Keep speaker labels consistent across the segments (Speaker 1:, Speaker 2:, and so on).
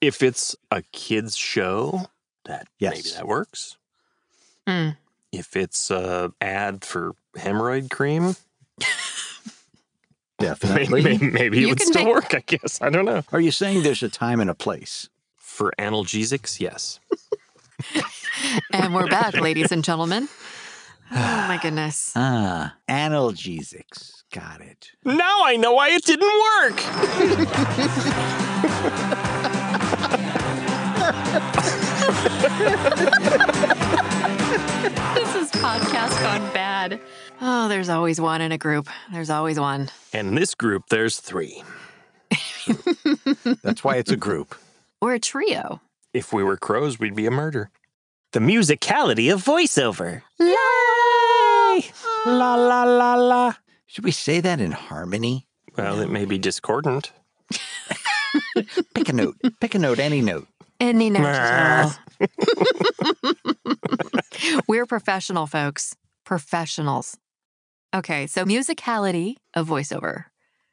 Speaker 1: if it's a kids show, that maybe
Speaker 2: Yes.
Speaker 1: that works.
Speaker 3: Hmm.
Speaker 1: If it's a ad for hemorrhoid cream,
Speaker 2: Definitely.
Speaker 1: maybe, maybe, maybe it
Speaker 3: You
Speaker 1: would
Speaker 3: can
Speaker 1: still
Speaker 3: make-
Speaker 1: work. I guess I don't know.
Speaker 2: Are you saying there's a time and a place?
Speaker 1: For analgesics, yes.
Speaker 3: And we're back, ladies and gentlemen. Oh my goodness.
Speaker 1: Uh.
Speaker 2: Ah, analgesics. Got it.
Speaker 1: Now I know why it didn't work.
Speaker 3: This is podcast gone bad. Oh, there's always one in a group. There's always one.
Speaker 1: And this group, there's three.
Speaker 2: That's why it's a group.
Speaker 3: Or a trio.
Speaker 1: If we were crows, we'd be a murder. The musicality of voiceover.
Speaker 2: La la la la. Should we say that in harmony?
Speaker 1: Well, it may be discordant.
Speaker 2: Pick a note. Pick a note, any note.
Speaker 3: Any
Speaker 1: Nah.
Speaker 3: natural. We're professional folks. Professionals. Okay, so musicality of voiceover.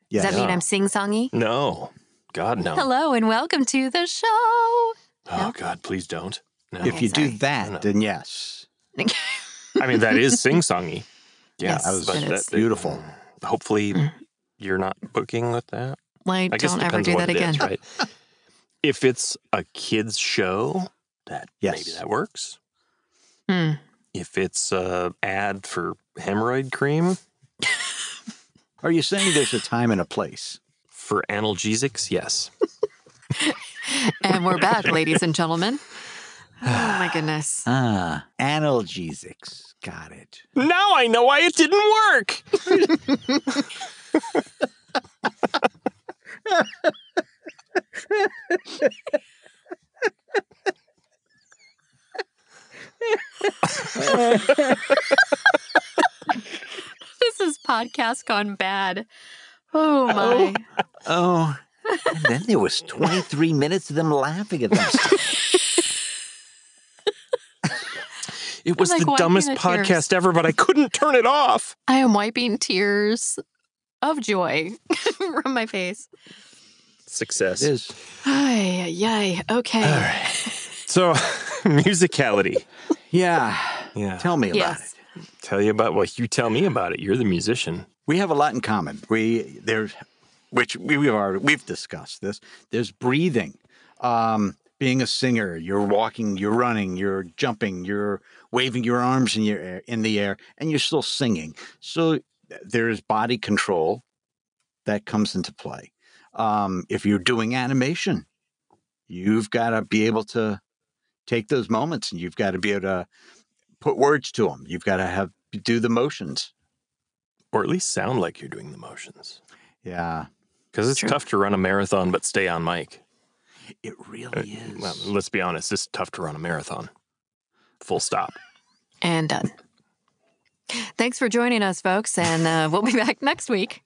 Speaker 2: Yes.
Speaker 3: Does that mean
Speaker 1: Yeah.
Speaker 3: I'm sing-songy?
Speaker 1: No. God, no.
Speaker 3: Hello and welcome to the show.
Speaker 1: Oh, God, please don't. No.
Speaker 2: if you
Speaker 3: sorry.
Speaker 2: do that,
Speaker 1: No, no.
Speaker 2: then yes.
Speaker 1: I mean, that is sing songy.
Speaker 3: Yes, I was-
Speaker 1: but
Speaker 3: it is.
Speaker 2: Beautiful.
Speaker 1: Hopefully,
Speaker 3: Mm.
Speaker 1: you're not booking with that.
Speaker 3: Like,
Speaker 1: I guess
Speaker 3: don't
Speaker 1: it
Speaker 3: ever
Speaker 1: depends
Speaker 3: do
Speaker 1: what
Speaker 3: that
Speaker 1: it
Speaker 3: again.
Speaker 1: is, right? if it's a kids show, that
Speaker 2: Yes.
Speaker 1: maybe that works.
Speaker 3: Hmm.
Speaker 1: If it's a ad for hemorrhoid cream
Speaker 2: Are you saying there's a time and a place?
Speaker 1: for analgesics, yes.
Speaker 3: Hmm. And we're back, ladies and gentlemen. Oh my goodness.
Speaker 2: Ah, analgesics. Got it.
Speaker 1: Now I know why it didn't work.
Speaker 3: This is podcast gone bad. Oh my.
Speaker 2: Oh, and then there was 23 minutes of them laughing at that.
Speaker 1: It was
Speaker 3: like
Speaker 1: the
Speaker 3: wiping
Speaker 1: dumbest
Speaker 3: the tears.
Speaker 1: podcast ever, but I couldn't turn it off.
Speaker 3: I am wiping tears of joy from my face.
Speaker 1: Success.
Speaker 2: It is.
Speaker 3: Ay, yay. Okay.
Speaker 1: All right. So, musicality.
Speaker 2: Yeah.
Speaker 1: Yeah.
Speaker 2: Tell me about
Speaker 3: Yes.
Speaker 2: it.
Speaker 1: Tell you about what you tell me about it. You're the musician.
Speaker 2: We have a lot in common. We there's which we, we've already we've discussed this. There's breathing. Um being a singer, you're walking, you're running, you're jumping, you're waving your arms in your air, in the air and you're still singing. So th- there's body control that comes into play. Um if you're doing animation, you've got to be able to take those moments and you've got to be able to put words to them. You've got to have do the motions.
Speaker 1: Or at least sound like you're doing the motions.
Speaker 2: Yeah.
Speaker 1: Because it's
Speaker 3: True.
Speaker 1: tough to run a marathon but stay on mic.
Speaker 2: It
Speaker 1: Uh,
Speaker 2: really is.
Speaker 1: well, let's be honest, it's tough to run a marathon. Full stop.
Speaker 3: And done. Thanks for joining us, folks. And uh, we'll be back next week.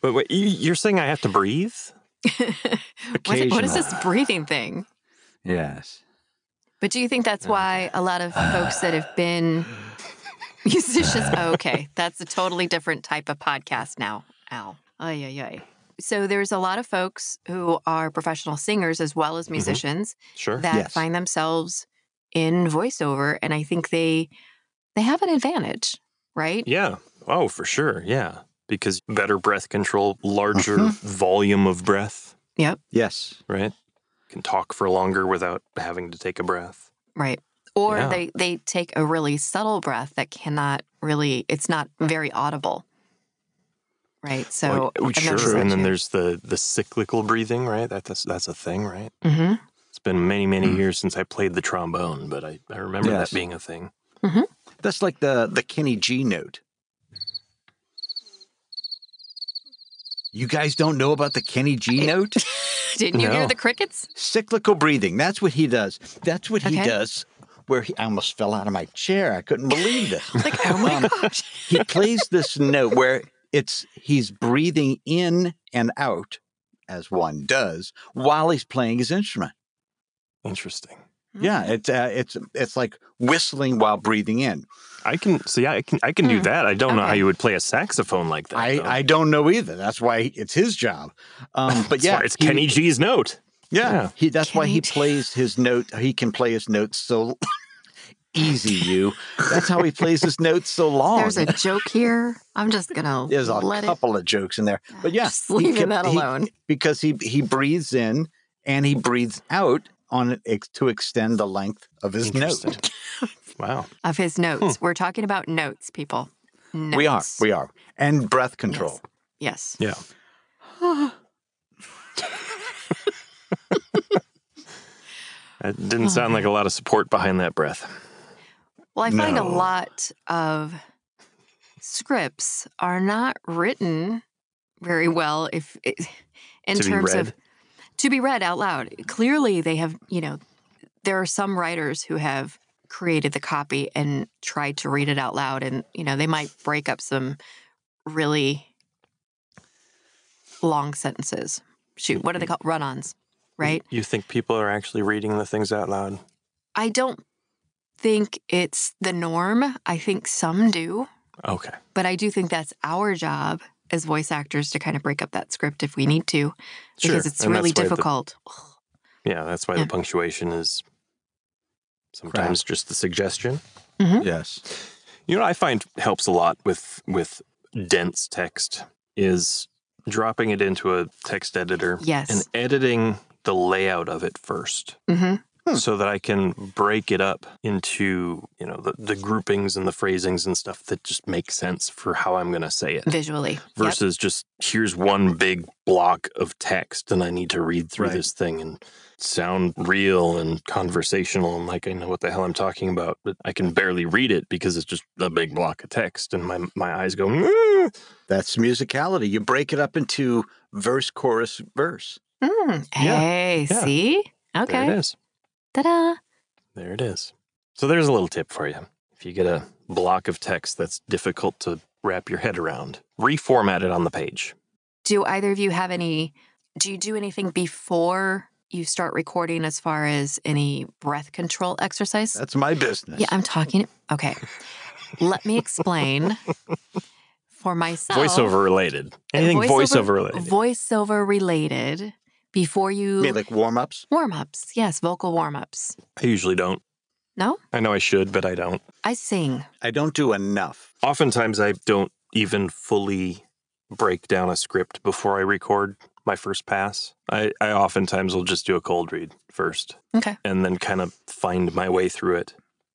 Speaker 1: But wait, you, you're saying I have to breathe?
Speaker 3: What is- what is
Speaker 2: Occasionally.
Speaker 3: this breathing thing?
Speaker 2: Yes.
Speaker 3: But do you think that's why a lot of folks that have been musicians? Oh, okay, that's a totally different type of podcast now. Al, ay ay ay. So there's a lot of folks who are professional singers as well
Speaker 1: Mm-hmm.
Speaker 3: as musicians
Speaker 1: Sure.
Speaker 3: that
Speaker 2: Yes.
Speaker 3: find themselves in voiceover, and I think they they have an advantage, right?
Speaker 1: yeah. Oh, for sure. Yeah. Because better breath control, larger volume of breath,
Speaker 3: Yep.
Speaker 2: Yes.
Speaker 1: right? Can talk for longer without having to take a breath.
Speaker 3: Right. Or
Speaker 1: Yeah.
Speaker 3: they they take a really subtle breath that cannot really it's not very audible. Right. So
Speaker 1: Well, oh,
Speaker 3: I've noticed
Speaker 1: sure.
Speaker 3: that
Speaker 1: And then
Speaker 3: too.
Speaker 1: there's the the cyclical breathing, right? That, that's that's a thing, right?
Speaker 3: Mhm.
Speaker 1: It's been many many
Speaker 2: Mm.
Speaker 1: years since I played the trombone, but I I remember
Speaker 2: Yes.
Speaker 1: that being a thing.
Speaker 2: That's like the the Kenny G note. You guys don't know about the Kenny G note?
Speaker 3: Didn't you
Speaker 1: No.
Speaker 3: hear the crickets?
Speaker 2: Cyclical breathing. That's what he does. That's what he
Speaker 3: Okay.
Speaker 2: does. Where he I almost fell out of my chair. I couldn't believe this.
Speaker 3: Like, oh my
Speaker 2: Um,
Speaker 3: gosh.
Speaker 2: he plays this note where it's he's breathing in and out as one does while he's playing his instrument.
Speaker 1: Interesting.
Speaker 3: Mm.
Speaker 2: Yeah, it's uh, it's it's like whistling while breathing in.
Speaker 1: I can see. I can. I can do
Speaker 3: Mm.
Speaker 1: that. I don't know how
Speaker 3: Okay.
Speaker 1: you would play a saxophone like that.
Speaker 2: I,
Speaker 1: though.
Speaker 2: I don't know either. That's why it's his job. Um, but
Speaker 1: That's
Speaker 2: yeah,
Speaker 1: why it's
Speaker 2: he-
Speaker 1: Kenny G's note.
Speaker 2: Yeah,
Speaker 1: Yeah.
Speaker 2: He, that's why
Speaker 3: Kenny
Speaker 2: he
Speaker 3: G.
Speaker 2: plays his note. He can play his notes so easy. You. That's how he plays his notes so long.
Speaker 3: There's a joke here. I'm just gonna
Speaker 2: There's a
Speaker 3: let it.
Speaker 2: couple of jokes in there, but yeah,
Speaker 3: just
Speaker 2: he
Speaker 3: leaving
Speaker 2: can-
Speaker 3: that
Speaker 2: he-
Speaker 3: alone.
Speaker 2: because he he breathes in and he breathes out on ex- to extend the length of his
Speaker 1: Interesting.
Speaker 2: note.
Speaker 1: Wow.
Speaker 3: of his notes. We're talking about notes, people. Notes.
Speaker 2: Hmm. We are, we are, and breath control.
Speaker 3: Yes.
Speaker 1: Yeah. That didn't sound like a lot of support behind that breath.
Speaker 3: Well, I find
Speaker 2: No.
Speaker 3: a lot of scripts are not written very well if eh, in
Speaker 1: To be
Speaker 3: terms of
Speaker 1: read.
Speaker 3: to be read out loud. Clearly they have, you know, there are some writers who have created the copy and tried to read it out loud and, you know, they might break up some really long sentences. Shoot,
Speaker 1: Mm-hmm.
Speaker 3: what are they called? Run-ons, right?
Speaker 1: You think people are actually reading the things out loud?
Speaker 3: I don't think it's the norm. I think some do,
Speaker 1: Okay.
Speaker 3: but I do think that's our job as voice actors to kind of break up that script if we need to,
Speaker 1: Sure.
Speaker 3: because it's
Speaker 1: And
Speaker 3: really
Speaker 1: that's why the-
Speaker 3: difficult.
Speaker 1: yeah, that's why
Speaker 3: Yeah.
Speaker 1: the punctuation is sometimes just the suggestion.
Speaker 2: Yes.
Speaker 1: You know, what I find helps a lot with with dense text is dropping it into a text editor and
Speaker 3: Yes.
Speaker 1: editing the layout of it first.
Speaker 3: hmm
Speaker 1: so that I can break it up into you know the, the groupings and the phrasings and stuff that just make sense for how I'm going to say it
Speaker 3: Visually. Yep.
Speaker 1: versus just here's one big block of text and I need to read through
Speaker 2: Right.
Speaker 1: this thing and sound real and conversational and like I know what the hell I'm talking about but I can barely read it because it's just a big block of text and my my eyes go "Mm."
Speaker 2: That's musicality. You break it up into verse, chorus, verse.
Speaker 3: Mm.
Speaker 1: Yeah.
Speaker 3: Hey,
Speaker 1: Yeah.
Speaker 3: see?
Speaker 1: there it
Speaker 3: Okay.
Speaker 1: is
Speaker 3: Ta da.
Speaker 1: there it is so there's a little tip for you if you get a block of text that's difficult to wrap your head around reformat it on the page
Speaker 3: Do either of you have any? Do you do anything before you start recording as far as any breath control exercise?
Speaker 2: That's my business.
Speaker 3: Yeah, I'm talking. Okay. Let me explain for myself.
Speaker 1: voiceover related. Anything voiceover, related.
Speaker 3: Voiceover related before you
Speaker 2: I mean, like warm ups.
Speaker 3: warm ups. Yes, vocal warm ups.
Speaker 1: I usually don't.
Speaker 3: No?
Speaker 1: I know I should, but I don't.
Speaker 3: I sing.
Speaker 2: I don't do enough.
Speaker 1: Oftentimes I don't even fully break down a script before I record my first pass. I, I oftentimes will just do a cold read first
Speaker 3: Okay.
Speaker 1: and then kind of find my way through it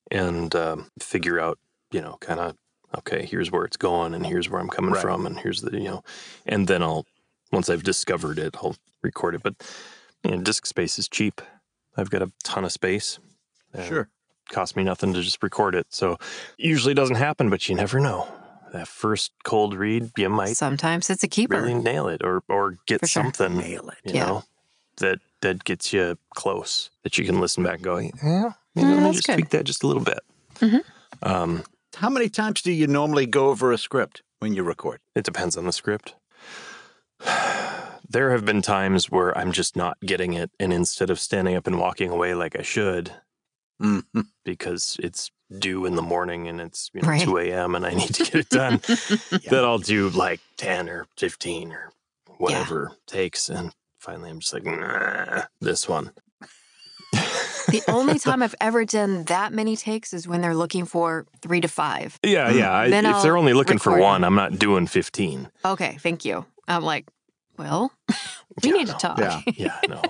Speaker 1: and um, figure out, you know, kind of, okay, here's where it's going and here's where I'm coming
Speaker 2: Right.
Speaker 1: from and here's the, you know, and then I'll, once I've discovered it, I'll record it. But you know, disk space is cheap. I've got a ton of space. Uh,
Speaker 2: Sure.
Speaker 1: cost me nothing to just record it. So usually doesn't happen, but you never know. That first cold read, you might
Speaker 3: Sometimes it's a keeper.
Speaker 1: really nail it or or get
Speaker 3: For sure.
Speaker 1: something
Speaker 2: Nail it.
Speaker 1: you
Speaker 3: Yeah.
Speaker 1: know that that gets you close that you can listen back and go, yeah, maybe
Speaker 3: Mm,
Speaker 1: let me
Speaker 3: that's
Speaker 1: just
Speaker 3: good.
Speaker 1: tweak that just a little bit.
Speaker 3: Mhm.
Speaker 1: Um,
Speaker 2: How many times do you normally go over a script when you record?
Speaker 1: it depends on the script. There have been times where I'm just not getting it, and instead of standing up and walking away like I should,
Speaker 2: hmm
Speaker 1: Mm-hmm. because it's due in the morning and it's you know,
Speaker 3: Right.
Speaker 1: 2 a.m. and I need to get it done, that I'll do like 10 or 15 or whatever takes. And finally, I'm just like, nah, this one.
Speaker 3: the only time I've ever done that many takes is when they're looking for three to five.
Speaker 1: Yeah, yeah. I,
Speaker 3: Mm. Then
Speaker 1: if they're
Speaker 3: I'll
Speaker 1: only looking for
Speaker 3: record
Speaker 1: one, I'm not doing 15.
Speaker 3: Okay, thank you. I'm like, well, we
Speaker 1: Yeah,
Speaker 3: need to
Speaker 1: no.
Speaker 3: talk
Speaker 2: Yeah.
Speaker 3: because
Speaker 1: Yeah, no.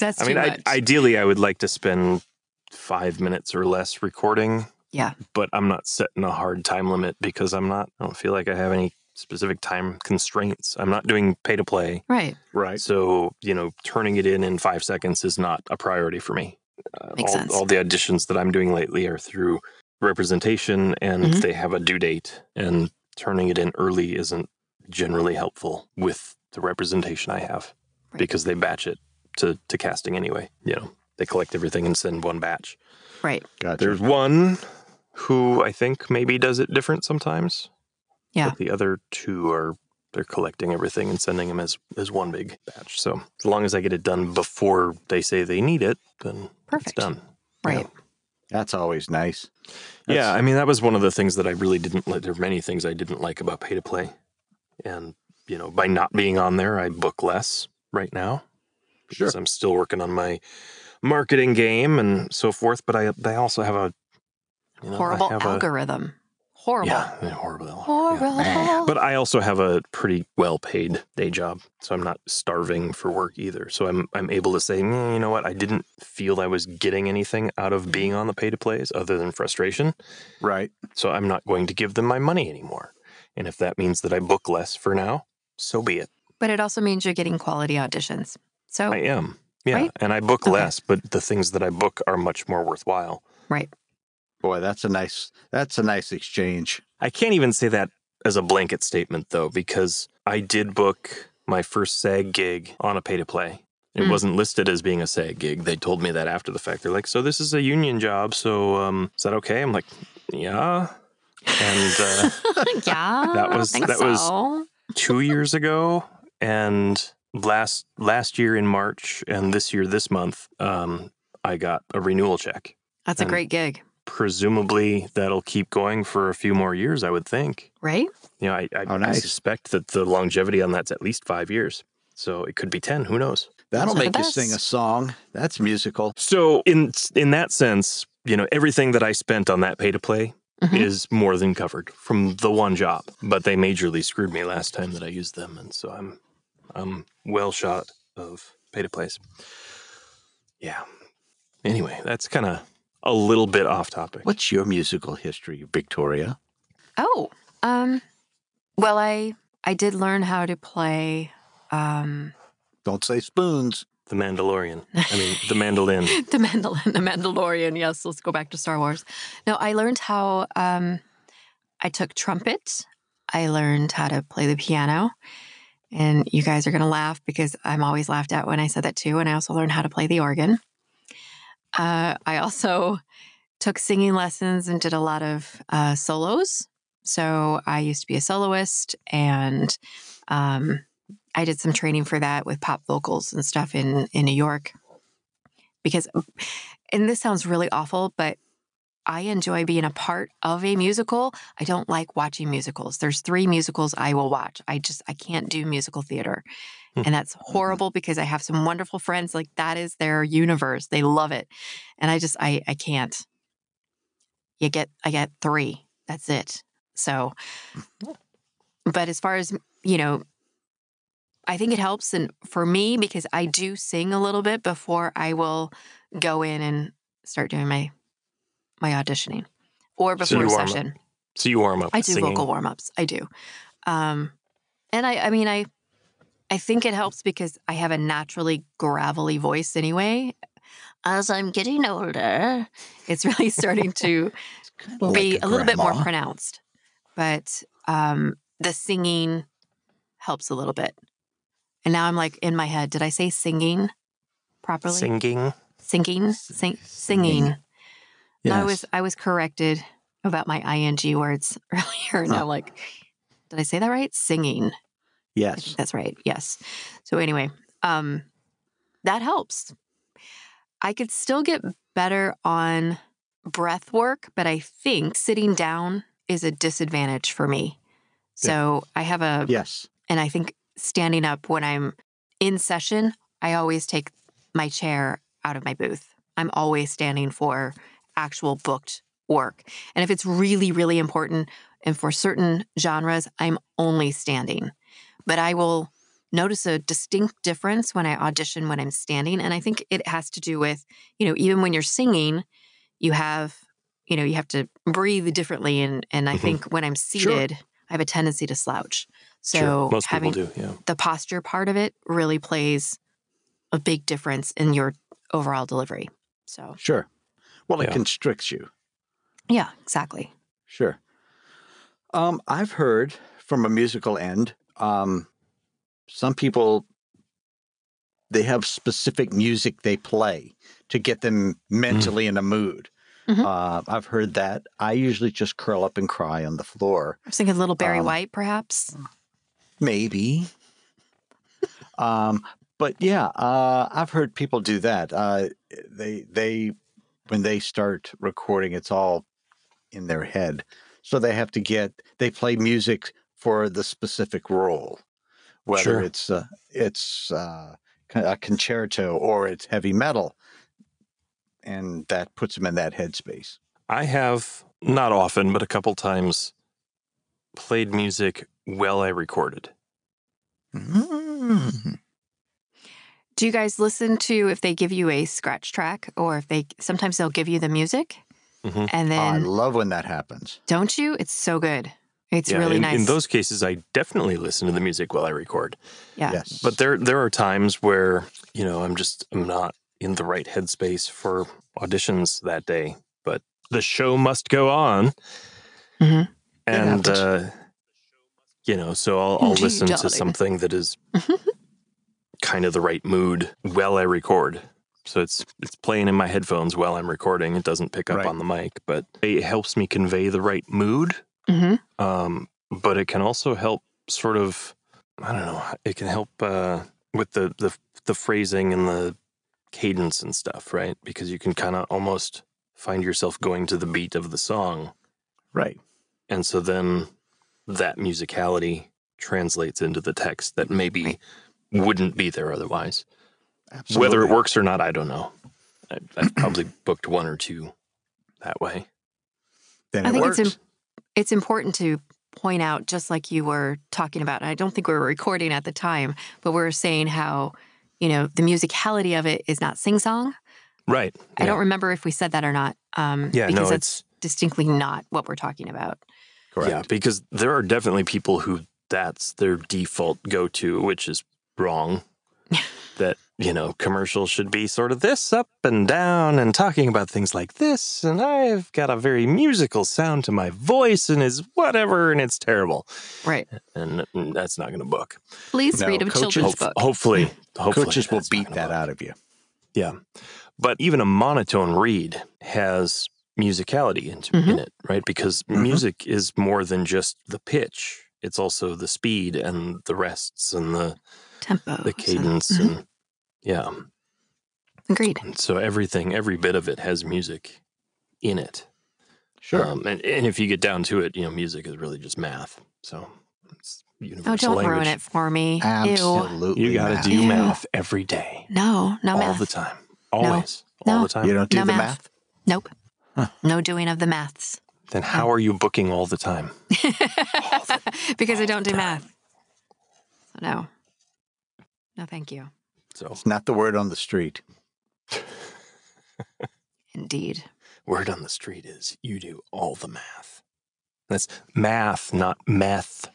Speaker 3: that's
Speaker 1: I
Speaker 3: too
Speaker 1: mean, I,
Speaker 3: much.
Speaker 1: ideally, I would like to spend five minutes or less recording.
Speaker 3: Yeah.
Speaker 1: But I'm not setting a hard time limit because I'm not, I don't feel like I have any specific time constraints. I'm not doing pay to play.
Speaker 3: right.
Speaker 2: Right.
Speaker 1: So, you know, turning it in in five seconds is not a priority for me. Uh,
Speaker 3: Makes
Speaker 1: all,
Speaker 3: sense.
Speaker 1: all the auditions that I'm doing lately are through representation and
Speaker 3: Mhm.
Speaker 1: they have a due date, and turning it in early isn't generally helpful with the representation I have
Speaker 3: Right.
Speaker 1: because they batch it to, to casting anyway. You know, they collect everything and send one batch.
Speaker 3: Right.
Speaker 2: Gotcha.
Speaker 1: There's one who I think maybe does it different sometimes.
Speaker 3: Yeah.
Speaker 1: But the other two are they're collecting everything and sending them as as one big batch. So as long as I get it done before they say they need it, then
Speaker 3: Perfect.
Speaker 1: it's done.
Speaker 3: Right.
Speaker 2: That's always nice.
Speaker 1: yeah, I mean that was one of the things that I really didn't like. There were many things I didn't like about pay to play, and you know, by not being on there, I book less right now because I'm still working on my marketing game and so forth. But I, I also have a you know, I
Speaker 3: Horrible
Speaker 1: have a-
Speaker 3: algorithm. Horrible.
Speaker 1: yeah, horrible, yeah.
Speaker 3: Horrible.
Speaker 2: man.
Speaker 1: But I also have a pretty well-paid day job, so I'm not starving for work either. So I'm I'm able to say, "Mm, you know what, I didn't feel I was getting anything out of being on the pay to plays other than frustration.
Speaker 2: Right.
Speaker 1: So I'm not going to give them my money anymore. And if that means that I book less for now, so be it.
Speaker 3: But it also means you're getting quality auditions. So,
Speaker 1: I am. Yeah,
Speaker 3: Oh, Right.
Speaker 1: and I book
Speaker 3: Okay.
Speaker 1: less, but the things that I book are much more worthwhile.
Speaker 3: right.
Speaker 2: Boy, that's a nice that's a nice exchange.
Speaker 1: I can't even say that as a blanket statement though, because I did book my first SAG gig on a pay to play. It
Speaker 3: Mm.
Speaker 1: wasn't listed as being a SAG gig. They told me that after the fact. They're like, "So this is a union job. So um, is that okay?" I'm like, "Yeah." And uh,
Speaker 3: yeah.
Speaker 1: That
Speaker 3: I
Speaker 1: was-
Speaker 3: think
Speaker 1: that was-
Speaker 3: so.
Speaker 1: two years ago, and last last year in March, and this year this month, um, I got a renewal check.
Speaker 3: That's a
Speaker 1: and-
Speaker 3: great gig,
Speaker 1: Presumably, that'll keep going for a few more years. I would think.
Speaker 3: right?
Speaker 1: You know, I, I,
Speaker 2: Oh,
Speaker 1: I
Speaker 2: nice.
Speaker 1: suspect that the longevity on that's at least five years. So it could be 10. Who knows?
Speaker 2: That'll
Speaker 3: Those are
Speaker 2: make
Speaker 3: the
Speaker 2: you sing a
Speaker 3: best.
Speaker 2: song. That's musical.
Speaker 1: So in in that sense, you know, everything that I spent on that pay to play
Speaker 3: Mhm.
Speaker 1: is more than covered from the one job. But they majorly screwed me last time that I used them, and so I'm I'm well shot of pay to plays. Yeah. Anyway, that's kind of a little bit off topic.
Speaker 2: What's your musical history, Victoria?
Speaker 3: Oh, um, well, I I did learn how to play um,
Speaker 2: Don't say spoons.
Speaker 1: The Mandalorian. I mean, the mandolin.
Speaker 3: the Mandalorian. The Mandalorian. Yes, let's go back to Star Wars. No, I learned how. Um, I took trumpet. I learned how to play the piano, and you guys are gonna laugh because I'm always laughed at when I said that too. And I also learned how to play the organ. Uh, I also took singing lessons and did a lot of uh, solos. So I used to be a soloist, and um, I did some training for that with pop vocals and stuff in in New York. Because, and this sounds really awful, but I enjoy being a part of a musical. I don't like watching musicals. There's three musicals I will watch. I just I can't do musical theater.
Speaker 1: Hmm.
Speaker 3: And that's horrible because I have some wonderful friends like that is their universe. They love it. And I just I I can't. You get I get 3. That's it. So
Speaker 1: Mm,
Speaker 3: but as far as, you know, I think it helps and for me because I do sing a little bit before I will go in and start doing my my auditioning or
Speaker 1: So you
Speaker 3: before a
Speaker 1: warm up.
Speaker 3: session.
Speaker 1: So you warm up.
Speaker 3: I
Speaker 1: with
Speaker 3: do
Speaker 1: singing.
Speaker 3: vocal warm ups. I do, um, and I I mean I I think it helps because I have a naturally gravelly voice anyway. As I'm getting older, it's really starting to
Speaker 2: It's kind
Speaker 3: be a, little bit more pronounced, but um, the singing helps a little bit. And now I'm like in my head, did I say singing properly?
Speaker 1: Singing.
Speaker 3: Singing, sing, singing. I was I was corrected about my ing words earlier, and
Speaker 2: Huh.
Speaker 3: I'm like, did I say that right? Singing. I
Speaker 2: yes.
Speaker 3: think that's right. Yes. So anyway, um, that helps. I could still get better on breath work, but I think sitting down is a disadvantage for me. So I have a
Speaker 2: Yes.
Speaker 3: and I think standing up when I'm in session, I always take my chair out of my booth. I'm always standing for actual booked work. And if it's really, really important and for certain genres, I'm only standing. But I will notice a distinct difference when I audition when I'm standing. And I think it has to do with, you know, even when you're singing, you have, you know, you have to breathe differently. And and I
Speaker 1: Mhm.
Speaker 3: think when I'm seated, I have a tendency to slouch. So
Speaker 1: sure. Most
Speaker 3: having
Speaker 1: people do. Yeah.
Speaker 3: the posture part of it really plays a big difference in your overall delivery. So,
Speaker 2: Sure. Well, it
Speaker 1: Yeah.
Speaker 2: constricts you.
Speaker 3: yeah, exactly.
Speaker 2: Sure. Um, I've heard from a musical end, um, some people they have specific music they play to get them mentally in a mood.
Speaker 3: Mhm.
Speaker 2: Uh, I've heard that. I usually just curl up and cry on the floor.
Speaker 3: I was thinking Little Barry
Speaker 2: Um,
Speaker 3: White, perhaps.
Speaker 2: Maybe. um, but yeah, uh, I've heard people do that. Uh, they they when they start recording, it's all in their head. So they have to get they play music for the specific role, whether
Speaker 1: Sure.
Speaker 2: it's uh, it's uh, a concerto or it's heavy metal, and that puts them in that headspace.
Speaker 1: I have not often, but a couple times played music while I recorded.
Speaker 2: Mm-hmm.
Speaker 3: Do you guys listen to if they give you a scratch track or if they sometimes they'll give you the music
Speaker 1: Mhm.
Speaker 3: and
Speaker 2: I
Speaker 3: then
Speaker 2: love when that happens.
Speaker 3: don't you? It's so good. It's really
Speaker 1: in,
Speaker 3: nice.
Speaker 1: in those cases, I definitely listen to the music while I record.
Speaker 3: yeah.
Speaker 2: Yes,
Speaker 1: But there there are times where, you know, I'm just I'm not in the right headspace for auditions that day, but the show must go on.
Speaker 3: Mhm.
Speaker 1: And
Speaker 2: happens.
Speaker 1: uh you know, so I'll, I'll
Speaker 3: Gee,
Speaker 1: listen to
Speaker 3: darling.
Speaker 1: something that is kind of the right mood while I record. So it's it's playing in my headphones while I'm recording. It doesn't pick up
Speaker 2: Right.
Speaker 1: on the mic, but it helps me convey the right mood
Speaker 3: hmm
Speaker 1: um, but it can also help sort of i don't know it can help uh, with the, the the phrasing and the cadence and stuff right because you can kind of almost find yourself going to the beat of the song
Speaker 2: right.
Speaker 1: and so then that musicality translates into the text that maybe wouldn't be there otherwise
Speaker 2: Absolutely.
Speaker 1: whether it works or not i don't know I, i've probably booked one or two that way
Speaker 2: then
Speaker 3: I
Speaker 2: it
Speaker 3: think
Speaker 2: works.
Speaker 3: it's it's important to point out, just like you were talking about. and I don't think we were recording at the time, but we were saying how you know the musicality of it is not sing song.
Speaker 1: right
Speaker 3: I don't remember if we said that or not. Um,
Speaker 1: yeah
Speaker 3: because
Speaker 1: no
Speaker 3: that's
Speaker 1: it's
Speaker 3: distinctly not what we're talking about.
Speaker 2: Correct.
Speaker 1: Yeah, because there are definitely people who that's their default go to, which is wrong. that, you know, commercials should be sort of this up and down and talking about things like this. And I've got a very musical sound to my voice and is whatever, and it's terrible.
Speaker 3: Right.
Speaker 1: And that's not going to book.
Speaker 3: Please
Speaker 2: No,
Speaker 3: read a
Speaker 2: coaches-
Speaker 3: children's
Speaker 1: Hopef-
Speaker 3: book.
Speaker 1: Hopefully, hopefully.
Speaker 2: Coaches will
Speaker 1: that's not
Speaker 2: beat
Speaker 1: gonna
Speaker 2: that
Speaker 1: book.
Speaker 2: out of you.
Speaker 1: But even a monotone read has musicality in, in
Speaker 3: Mhm.
Speaker 1: it, right? Because
Speaker 2: Mhm.
Speaker 1: music is more than just the pitch. It's also the speed and the rests and the,
Speaker 3: Tempo.
Speaker 1: the
Speaker 3: so-
Speaker 1: cadence
Speaker 3: Mhm.
Speaker 1: and yeah.
Speaker 3: Agreed.
Speaker 1: And so everything, every bit of it has music in it.
Speaker 2: Sure.
Speaker 1: Um, and, and if you get down to it, you know, music is really just math. So it's universal
Speaker 3: Oh, don't
Speaker 1: language.
Speaker 3: ruin it for me. Ew.
Speaker 2: Absolutely.
Speaker 1: You got
Speaker 2: not.
Speaker 1: to do
Speaker 3: Ew.
Speaker 1: math every day,
Speaker 3: No, no
Speaker 1: all
Speaker 3: math.
Speaker 1: the time, always, all
Speaker 3: No.
Speaker 1: the time.
Speaker 2: You don't do
Speaker 3: No
Speaker 2: the
Speaker 3: math.
Speaker 2: math.
Speaker 3: Nope.
Speaker 2: Huh.
Speaker 3: No doing of the maths.
Speaker 1: Then how are you booking all the time?
Speaker 3: because I don't do
Speaker 1: time.
Speaker 3: math. So no. No, thank you.
Speaker 1: So
Speaker 2: It's not the word on the street.
Speaker 3: Indeed.
Speaker 1: word on the street is you do all the math. That's math, not meth.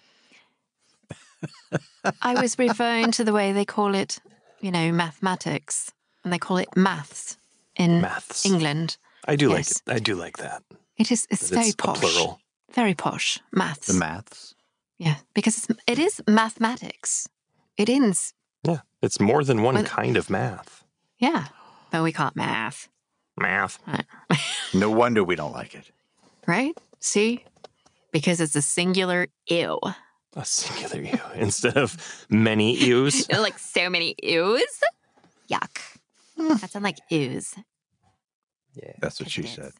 Speaker 3: I was referring to the way they call it, you know, mathematics, and they call it maths in
Speaker 1: Maths.
Speaker 3: England.
Speaker 1: I do
Speaker 3: Mm, Yes.
Speaker 1: like it. I do like that.
Speaker 3: It is. It's
Speaker 1: that
Speaker 3: very
Speaker 1: it's a
Speaker 3: posh.
Speaker 1: plural.
Speaker 3: Very posh. Maths.
Speaker 2: The maths.
Speaker 3: yeah, because it's, it is mathematics. It ends.
Speaker 1: Yeah. It's more than one
Speaker 3: Well-
Speaker 1: kind of math.
Speaker 3: Yeah, but we call it math,
Speaker 1: Math.
Speaker 2: No wonder we don't like it.
Speaker 3: right? See, because it's a singular ew.
Speaker 1: A singular you instead of many yous.
Speaker 3: like so many ews. Yuck. That sounds like ooze.
Speaker 1: Yeah.
Speaker 2: That's what
Speaker 3: Yes,
Speaker 2: she
Speaker 3: it is.
Speaker 2: said.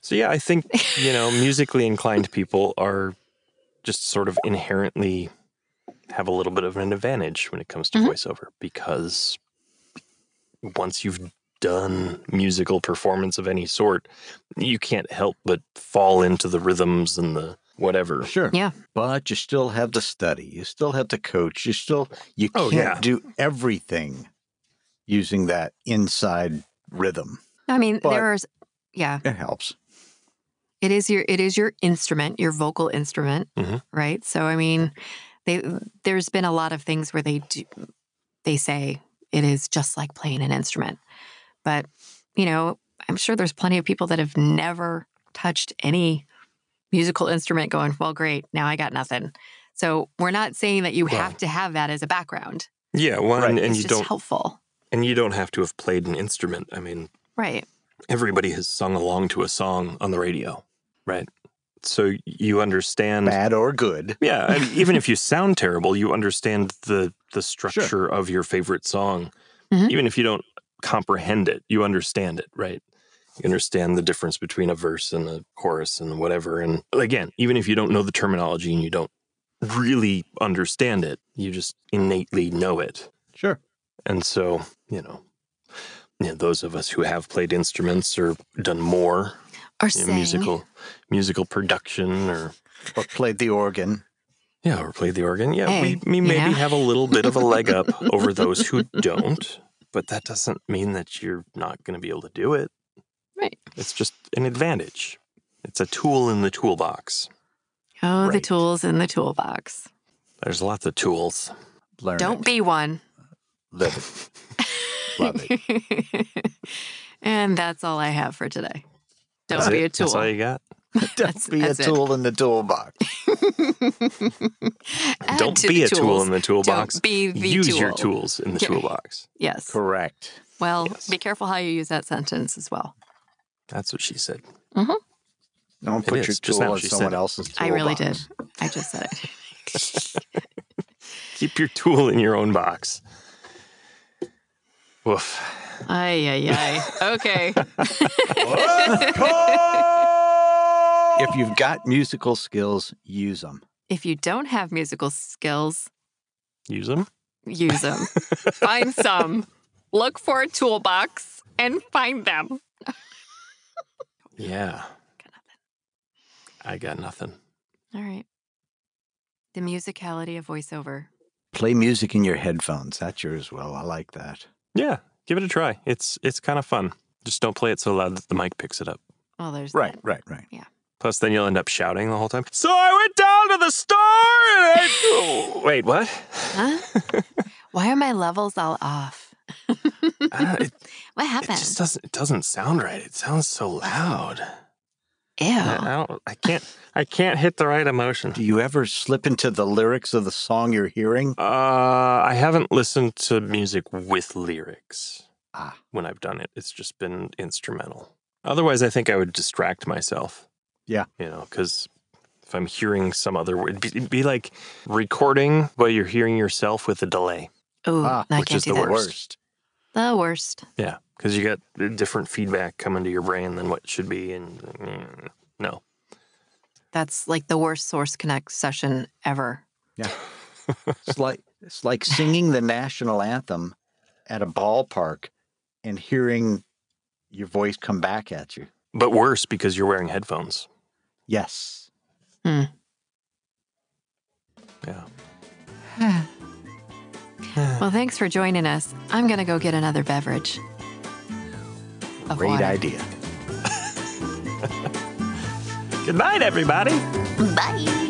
Speaker 1: So yeah, I think, you know, musically inclined people are just sort of inherently have a little bit of an advantage when it comes to
Speaker 3: Mhm.
Speaker 1: voiceover because once you've done musical performance of any sort, you can't help but fall into the rhythms and the whatever.
Speaker 2: Sure.
Speaker 3: Yeah.
Speaker 2: But you still have to study. You still have to coach. You still you
Speaker 1: Oh,
Speaker 2: can't
Speaker 1: yeah.
Speaker 2: do everything using that inside rhythm.
Speaker 3: I mean,
Speaker 2: But-
Speaker 3: there are. s- Yeah,
Speaker 2: It helps.
Speaker 3: it is your it is your instrument, your vocal instrument,
Speaker 2: Mm-hmm.
Speaker 1: Mhm.
Speaker 3: right? So I mean, they there's been a lot of things where they do they say it is just like playing an instrument, but you know, I'm sure there's plenty of people that have never touched any musical instrument. Going, well, great, now I got nothing. So we're not saying that you
Speaker 1: Well-
Speaker 3: have to have that as a background.
Speaker 1: Yeah, well, and,
Speaker 2: Right.
Speaker 1: and
Speaker 3: it's
Speaker 1: you
Speaker 3: just
Speaker 1: don't
Speaker 3: helpful,
Speaker 1: and you don't have to have played an instrument. I mean,
Speaker 3: right?
Speaker 1: everybody has sung along to a song on the radio, right? So you understand
Speaker 2: Bad or good.
Speaker 1: Yeah, I mean, even if you sound terrible, you understand the the structure of your favorite song,
Speaker 3: Mhm.
Speaker 1: even if you don't comprehend it. You understand it, right? You understand the difference between a verse and a chorus and whatever. And again, even if you don't know the terminology and you don't really understand it, you just innately know it.
Speaker 2: Sure.
Speaker 1: And so, you know, you know, those of us who have played instruments or done more
Speaker 3: Or
Speaker 1: you know,
Speaker 3: sing.
Speaker 1: musical musical production or
Speaker 2: Or played the organ.
Speaker 1: yeah, or played the organ. Yeah,
Speaker 3: Hey,
Speaker 1: we, we
Speaker 3: you
Speaker 1: maybe
Speaker 3: know?
Speaker 1: have a little bit of a leg up over those who don't, but that doesn't mean that you're not going to be able to do it.
Speaker 3: Right.
Speaker 1: It's just an advantage. It's a tool in the toolbox.
Speaker 3: Oh, the
Speaker 1: Right.
Speaker 3: tools in the toolbox.
Speaker 1: There's lots of tools.
Speaker 2: Learn
Speaker 3: Don't
Speaker 2: it.
Speaker 3: be one.
Speaker 2: Live it. Love it.
Speaker 3: and that's all I have for today. Don't
Speaker 1: That's
Speaker 3: be
Speaker 1: it?
Speaker 3: a tool.
Speaker 1: That's all you got.
Speaker 2: Don't
Speaker 3: That's-
Speaker 2: be
Speaker 3: that's
Speaker 2: a
Speaker 3: it.
Speaker 2: tool in the toolbox.
Speaker 3: Add
Speaker 1: Don't
Speaker 3: to
Speaker 1: be
Speaker 3: the
Speaker 1: a tool
Speaker 3: tools.
Speaker 1: in the toolbox.
Speaker 3: Don't be the
Speaker 1: Use
Speaker 3: tool.
Speaker 1: your tools in the
Speaker 3: Yeah.
Speaker 1: toolbox.
Speaker 3: Yes.
Speaker 2: Correct.
Speaker 3: Well,
Speaker 1: Yes.
Speaker 3: be careful how you use that sentence as well.
Speaker 1: That's what she said.
Speaker 2: Don't
Speaker 1: It
Speaker 2: put
Speaker 1: is.
Speaker 2: your
Speaker 1: Just
Speaker 2: tool
Speaker 1: now
Speaker 2: in
Speaker 1: she
Speaker 2: someone
Speaker 1: said it.
Speaker 2: else's toolbox.
Speaker 3: I really did. I just said it.
Speaker 1: Keep your tool in your own box. Woof.
Speaker 3: Ay, ay, ay. Okay.
Speaker 2: If you've got musical skills, use them.
Speaker 3: if you don't have musical skills,
Speaker 1: Use them.
Speaker 3: use them. find some. Look for a toolbox and find them.
Speaker 1: Yeah. I got nothing.
Speaker 3: All right. The musicality of voiceover.
Speaker 2: Play music in your headphones. That's yours, Will. I like that.
Speaker 1: Yeah, give it a try. It's it's kind of fun. Just don't play it so loud that the mic picks it up.
Speaker 3: Well, there's that.
Speaker 2: right, right.
Speaker 1: Plus, then you'll end up shouting the whole time. So I went down to the store and I. Oh, wait, what?
Speaker 3: Huh? Why are my levels all off?
Speaker 1: I don't, it,
Speaker 3: What
Speaker 1: it
Speaker 3: happened?
Speaker 1: just doesn't. It doesn't sound right. It sounds so loud.
Speaker 3: Ew.
Speaker 1: I, I don't. I can't. I can't hit the right emotion.
Speaker 2: Do you ever slip into the lyrics of the song you're hearing?
Speaker 1: Uh, I haven't listened to music with lyrics.
Speaker 2: Ah,
Speaker 1: when I've done it. It's just been instrumental. Otherwise, I think I would distract myself.
Speaker 2: Yeah.
Speaker 1: You know, because if I'm hearing some other word, it'd be, it'd be like recording, but you're hearing yourself with a delay,
Speaker 3: Ooh,
Speaker 2: Ah,
Speaker 3: I
Speaker 1: which
Speaker 3: can't
Speaker 1: is
Speaker 3: do
Speaker 1: the
Speaker 3: that.
Speaker 1: worst.
Speaker 3: The worst.
Speaker 1: Yeah. Because you got different feedback coming to your brain than what it should be. And mm, no.
Speaker 3: That's like the worst Source Connect session ever.
Speaker 2: it's like it's like singing the national anthem at a ballpark and hearing your voice come back at you.
Speaker 1: But worse because you're wearing headphones.
Speaker 2: Yes.
Speaker 1: Yeah.
Speaker 3: Well, thanks for joining us. I'm going to go get another beverage. Of
Speaker 2: Great
Speaker 3: water.
Speaker 2: idea.
Speaker 1: Good night, everybody.
Speaker 3: Bye.